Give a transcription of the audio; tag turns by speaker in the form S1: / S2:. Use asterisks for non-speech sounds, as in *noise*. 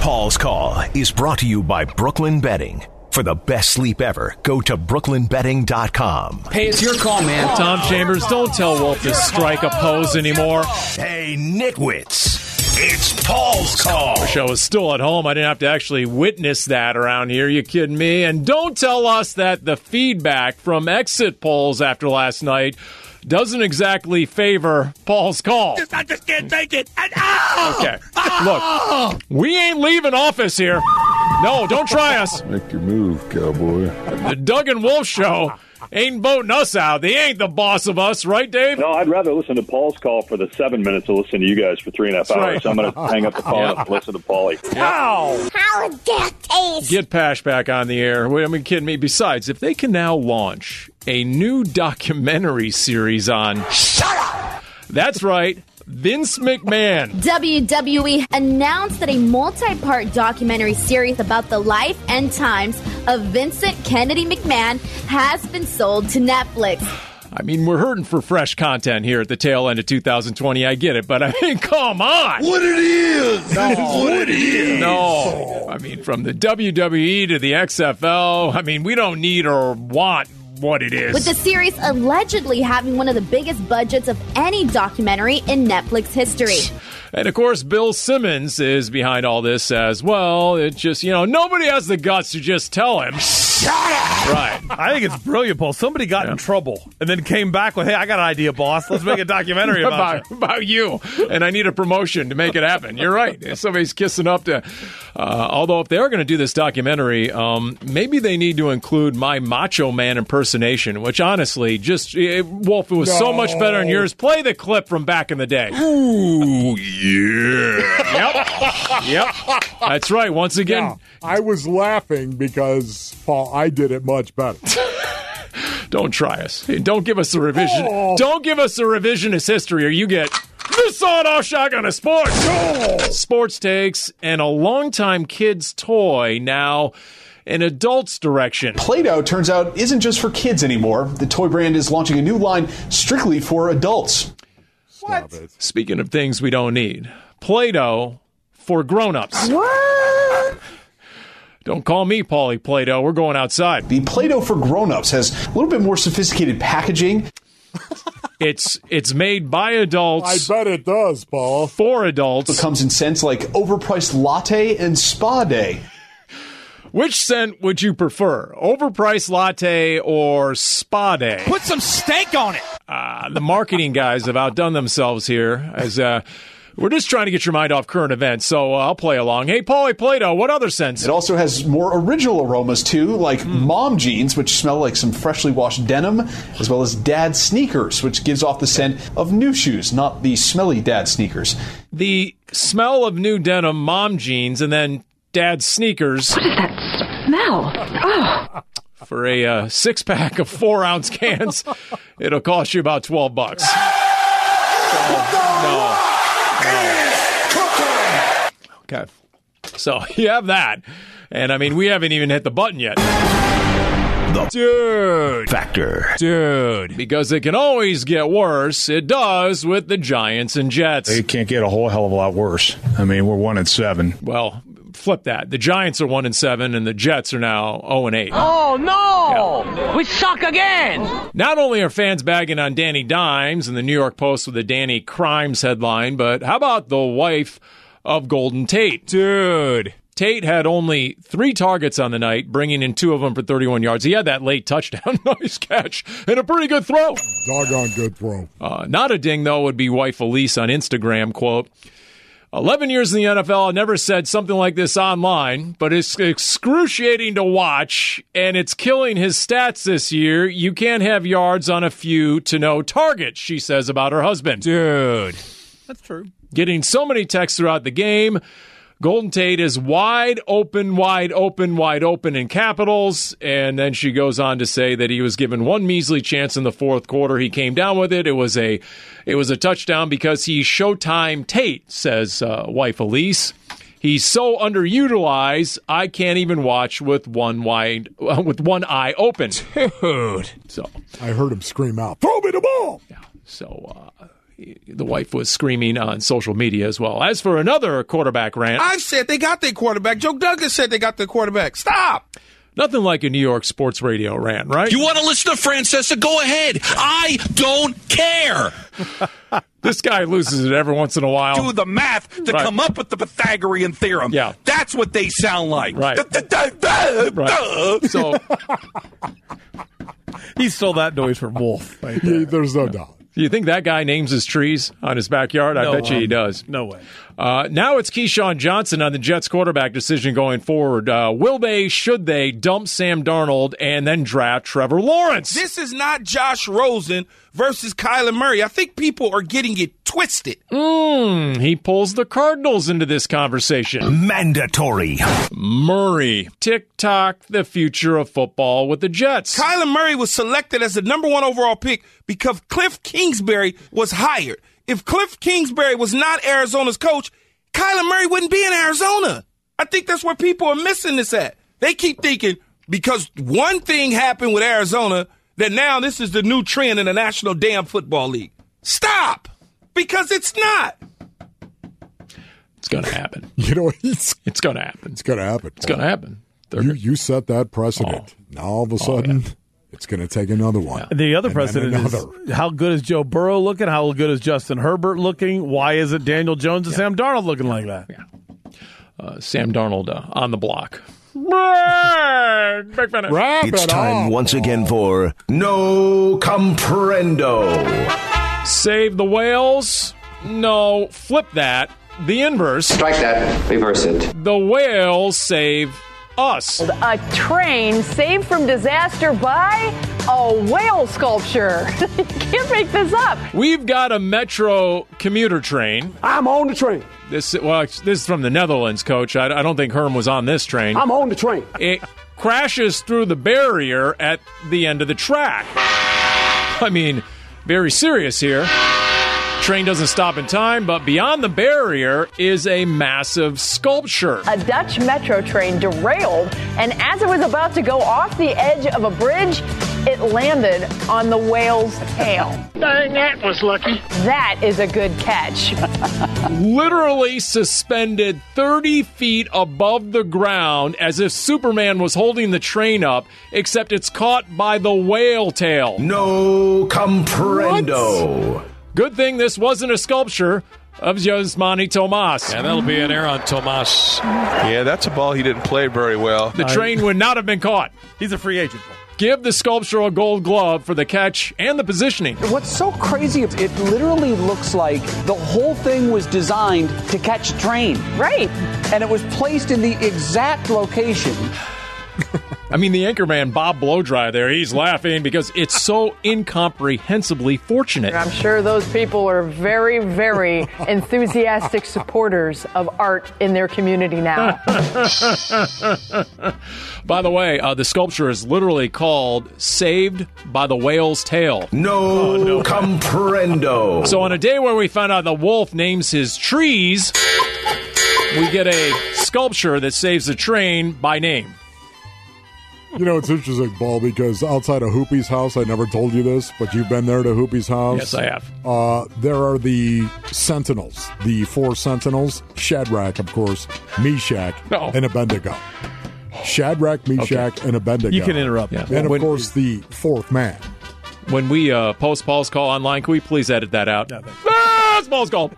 S1: Paul's Call is brought to you by Brooklyn Betting. For the best sleep ever, go to brooklynbetting.com.
S2: Hey, it's your call, man.
S3: Tom Chambers, don't tell Wolf to strike a pose anymore.
S1: Hey, nitwits, it's Paul's Call.
S3: Show is still at home. I didn't have to actually witness that around here. You kidding me? And don't tell us that the feedback from exit polls after last night doesn't exactly favor Paul's call.
S4: I just can't take it. And, oh! ow!
S3: Okay. Look, we ain't leaving office here. No, don't try us.
S5: Make your move, cowboy.
S3: The Doug and Wolf show ain't voting us out. They ain't the boss of us, right, Dave?
S6: No, I'd rather listen to Paul's call for the seven minutes to listen to you guys for three and a half
S3: That's
S6: hours.
S3: right.
S6: So I'm going to hang up the phone
S3: *laughs* Yeah.
S6: and listen to Paulie.
S7: How would that taste?
S3: Get Pash back on the air. Wait, I mean, kidding me. Besides, if they can now launch a new *laughs* documentary series on Shut Up, that's right, Vince McMahon.
S8: WWE E announced that a multi part documentary series about the life and times of Vincent Kennedy McMahon has been sold to Netflix.
S3: I mean, we're hurting for fresh content here at the tail end of 2020. I get it, but I mean, come on.
S5: What
S9: *laughs*
S5: it is? what it is?
S3: No, I mean, from the WWE to the XFL, I mean, we don't need or want what it is.
S8: With the series allegedly having one of the biggest budgets of any documentary in Netflix history.
S3: And of course, Bill Simmons is behind all this as well. It just, you know, nobody has the guts to just tell him. Right.
S10: I think it's brilliant, Paul. Somebody got in trouble and then came back with, "Hey, I got an idea, boss. Let's make a
S3: *laughs*
S10: documentary about it."
S3: About, about you. And I need a promotion to make it happen. You're right. Somebody's kissing up to. Uh, although, if they're going to do this documentary, um, maybe they need to include my Macho Man impersonation, which honestly, just, it, Wolf, it was so much better than yours. Play the clip from back in the day.
S5: Ooh, yeah.
S3: Yep. yep. *laughs* That's right. Once again.
S11: Yeah, I was laughing because Paul, I did it much
S10: *laughs*
S11: better.
S3: Don't try us. Hey, Don't give us a revision. Don't give us a revisionist history, or you get the sawed-off shotgun of sports. Sports takes and a longtime kid's toy now an adult's direction.
S12: Play Doh turns out isn't just for kids anymore. The toy brand is launching a new line strictly for adults.
S11: Stop it.
S3: Speaking of things we don't need, Play-Doh for grown-ups. Don't call me Paulie Play-Doh. We're going outside.
S12: The Play Doh for grown ups has a little bit more sophisticated packaging.
S3: It's it's made by
S11: I
S3: adults
S11: bet it does, Paul.
S3: for adults.
S12: Comes in scents like overpriced latte and spa day.
S3: Which scent would you prefer? Overpriced latte or spa day?
S4: Put some steak on it.
S3: Uh, the marketing guys have outdone themselves here as uh, we're just trying to get your mind off current events. So uh, I'll play along. Hey, Paulie Plato, what other sense?
S12: It also has more original aromas too, like
S9: Hmm.
S12: mom jeans, which smell like some freshly washed denim, as well as dad sneakers, which gives off the scent of new shoes, not the smelly dad sneakers.
S3: The smell of new denim, mom jeans, and then dad's sneakers for a uh, six pack of four ounce cans. It'll cost you about 12 bucks. Okay. So you have that. And I mean, we haven't even hit the button yet.
S1: Dude. Factor.
S3: Dude. Because it can always get worse. It does with the Giants and Jets.
S5: It can't get a whole hell of a lot worse. I mean, we're one and seven.
S3: well, flip that. The Giants are one and seven, and the Jets are now zero and eight.
S4: Oh no! We suck again.
S3: Not only are fans bagging on Danny Dimes in the New York Post with the Danny Crimes headline, but how about the wife of Golden Tate? Dude. Tate had only three targets on the night, bringing in two of them for 31 yards. He had that late touchdown, *laughs* nice catch, and a pretty good throw.
S11: Doggone good throw.
S3: Uh, not a ding, though, would be wife Elise on Instagram, quote, 11 years in the NFL, I never said something like this online, but it's excruciating to watch, and it's killing his stats this year. You can't have yards on a few to no targets, she says about her husband. Dude.
S10: That's true.
S3: Getting so many texts throughout the game. Golden Tate is wide open, wide open, wide open in capitals. And then she goes on to say that he was given one measly chance in the fourth quarter. He came down with it. It was a, it was a touchdown because he's Showtime Tate, says uh, wife Elise. He's so underutilized. I can't even watch with one wide, *laughs* with one eye open. Dude. So
S11: I heard him scream out, "Throw me the ball!"
S3: so uh, the wife was screaming on social media as well. As for another quarterback rant,
S2: I said they got their quarterback. Joe Douglas said they got their quarterback. Stop.
S3: nothing like a New York sports radio rant, right?
S13: You want to listen to Francesa? Go ahead. I don't care.
S3: this guy loses it every once in a while.
S13: Do the math to
S3: Right.
S13: come up with the Pythagorean theorem.
S3: Yeah.
S13: That's what they sound like.
S2: *laughs*
S3: Right. Right. So
S10: He stole that noise from Wolf. Right there.
S11: Yeah, there's no doubt. *laughs*
S3: you think that guy names his trees on his backyard? I
S10: No,
S3: bet you he
S10: um,
S3: does.
S10: No way.
S3: Uh, now it's Keyshawn Johnson on the Jets quarterback decision going forward. Uh, will they, should they dump Sam Darnold and then draft Trevor Lawrence?
S2: This is not Josh Rosen versus Kyler Murray. I think people are getting it twisted.
S3: Mm, he pulls the Cardinals into this conversation.
S1: Mandatory.
S3: Murray, tick tock, the future of football with the Jets.
S2: Kyler Murray was selected as the number one overall pick because Cliff Kingsbury was hired. If Cliff Kingsbury was not Arizona's coach, Kyler Murray wouldn't be in Arizona. I think that's where people are missing this at. They keep thinking because one thing happened with Arizona that now this is the new trend in the National Damn Football League. Stop! Because it's not.
S3: It's going to happen.
S11: You know, it's,
S3: It's going to happen.
S11: it's going to happen.
S3: It's going to happen. They're
S11: You, you set that precedent.
S10: Oh.
S11: Now all of a sudden, it's going to take another one.
S10: And the other
S11: And then
S10: precedent is
S11: another.
S10: how good is Joe Burrow looking? How good is Justin Herbert looking? Why isn't Daniel Jones and Sam Darnold looking like that?
S3: uh, Sam Darnold uh, on the block. Big finish.
S11: Wrap
S1: It's
S11: it
S1: time
S11: up.
S1: once again for No Comprendo.
S3: Save the whales? No, flip that. The inverse. Strike that. Reverse it. The whales save us.
S14: A train saved from disaster by a whale sculpture. you can't make this up.
S3: We've got a metro commuter train.
S15: I'm on the train.
S3: This well, this is from the Netherlands, Coach. I, I don't think Herm was on this train.
S15: I'm on the train.
S3: It crashes through the barrier at the end of the track. I mean, very serious here. Train doesn't stop in time, but beyond the barrier is a massive sculpture.
S14: A Dutch metro train derailed, and as it was about to go off the edge of a bridge, it landed on the whale's tail.
S16: Dang, that was lucky.
S14: That is a good catch.
S3: literally suspended 30 feet above the ground as if Superman was holding the train up, except it's caught by the whale tail.
S1: No Comprendo.
S3: Good thing this wasn't a sculpture of Yasmani Tomas.
S9: And that'll be an error on Tomas. Yeah, that's a ball he didn't play very well.
S3: The train would not have been caught.
S10: He's a free agent.
S3: Give the sculpture a gold glove for the catch and the positioning.
S17: What's so crazy, it literally looks like the whole thing was designed to catch a train.
S14: Right.
S17: And it was placed in the exact location.
S3: I mean, the anchorman, Bob Blowdry, there, he's laughing because it's so incomprehensibly fortunate.
S14: I'm sure those people are very, very enthusiastic
S11: *laughs*
S14: supporters of art in their community now.
S3: By the way, uh, the sculpture is literally called Saved by the Whale's Tail.
S1: Oh, No, *laughs* Comprendo.
S3: So, on a day where we find out the wolf names his trees, we get a sculpture that saves the train by name.
S11: You know, it's interesting, Paul, because outside of Hoopy's house, I never told you this, but you've been there to Hoopy's house.
S3: Yes, I have.
S11: Uh, there are the Sentinels, the four Sentinels, Shadrach, of course, Meshach,
S3: No.
S11: and Abednego. Shadrach, Meshach, and Abednego.
S10: You can interrupt.
S3: Yeah.
S11: And, of
S3: When-
S11: course, the fourth man.
S3: When we uh, post Paul's call online, can we please edit that out?
S10: No, thank
S3: Ah, it's Paul's call.